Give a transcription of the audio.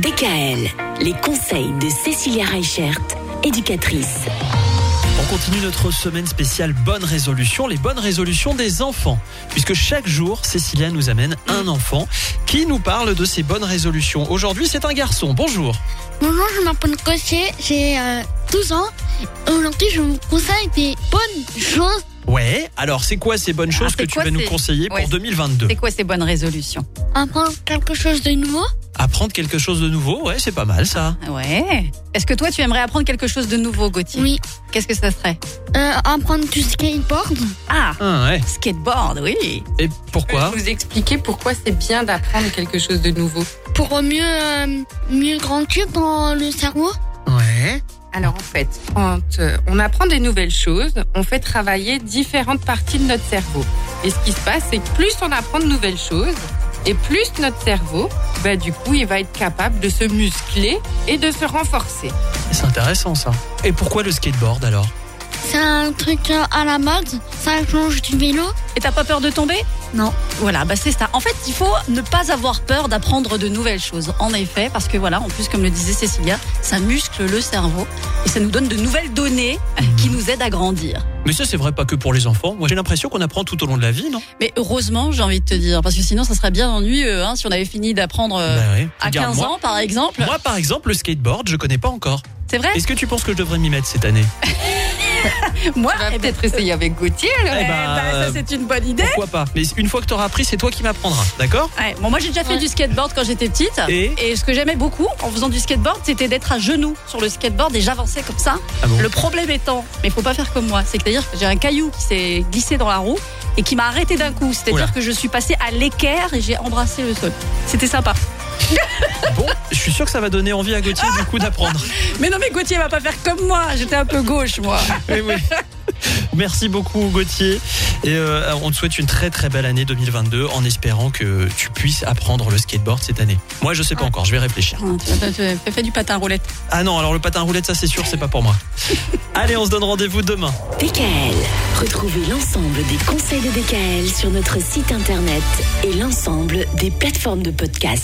DKL, les conseils de Cécilia Reichert, éducatrice. On continue notre semaine spéciale Bonnes résolutions, les bonnes résolutions des enfants. Puisque chaque jour, Cécilia nous amène un enfant qui nous parle de ses bonnes résolutions. Aujourd'hui, c'est un garçon. Bonjour. Bonjour, je m'appelle Cossier, j'ai euh, 12 ans. Aujourd'hui, je vous conseille des bonnes choses. Ouais, alors c'est quoi ces bonnes choses que Ah, c'est tu quoi vas nous ces- conseiller pour Ouais. 2022 C'est quoi ces bonnes résolutions Apprendre quelque chose de nouveau. Apprendre quelque chose de nouveau, ouais, c'est pas mal ça. Ah Ouais. Est-ce que toi, tu aimerais apprendre quelque chose de nouveau, Gauthier Oui. Qu'est-ce que ça serait Euh, apprendre du skateboard. Ah, Ah ouais. skateboard, oui. Et pourquoi Je vais vous expliquer pourquoi c'est bien d'apprendre quelque chose de nouveau. Pour mieux, euh, mieux grandir dans le cerveau. Ouais. Alors en fait, quand euh, on apprend des nouvelles choses, on fait travailler différentes parties de notre cerveau. Et ce qui se passe, c'est que plus on apprend de nouvelles choses, et plus notre cerveau, bah, du coup, il va être capable de se muscler et de se renforcer. C'est intéressant ça. Et pourquoi le skateboard alors C'est un truc euh, à la mode. Ça change du vélo. Et t'as pas peur de tomber Non. Voilà, bah c'est ça. En fait, il faut ne pas avoir peur d'apprendre de nouvelles choses. En effet, parce que voilà, en plus, comme le disait Cécilia, ça muscle le cerveau et ça nous donne de nouvelles données euh, qui nous aident à grandir. Mais ça, c'est vrai pas que pour les enfants. Moi, j'ai l'impression qu'on apprend tout au long de la vie, non Mais heureusement, j'ai envie de te dire, parce que sinon, ça serait bien ennuyeux hein, si on avait fini d'apprendre euh, Bah ouais. à Regarde, 15 moi- ans, par exemple. Moi, par exemple, le skateboard, je connais pas encore. C'est vrai Est-ce que tu penses que je devrais m'y mettre cette année Moi, Tu vas eh ben, peut-être essayer avec Gauthier. alors. Eh eh ben, ben, ça, c'est une bonne idée. Pourquoi pas Mais une fois que tu auras appris, c'est toi qui m'apprendras, d'accord Ouais, bon, moi j'ai déjà fait Ouais. du skateboard quand j'étais petite. Et ce que j'aimais beaucoup en faisant du skateboard, c'était d'être à genoux sur le skateboard et j'avançais comme ça. Ah bon Le problème étant, mais faut pas faire comme moi, c'est que c'est-à-dire que j'ai un caillou qui s'est glissé dans la roue et qui m'a arrêté d'un coup. Oula. C'est-à-dire que je suis passée à l'équerre et j'ai embrassé le sol. C'était sympa. Ah Bon, je suis sûr que ça va donner envie à Gauthier du coup d'apprendre. Mais non, mais Gauthier va pas faire comme moi. J'étais un peu gauche, moi. Oui, oui. Merci beaucoup Gauthier et euh, on te souhaite une très très belle année 2022 en espérant que tu puisses apprendre le skateboard cette année. Moi je sais pas encore, je vais réfléchir. Hum, tu as- tu as fait du patin roulette. Ah non, alors le patin roulette ça c'est sûr, c'est pas pour moi. Allez, on se donne rendez-vous demain. DKL, retrouvez l'ensemble des conseils de DKL sur notre site internet et l'ensemble des plateformes de podcast.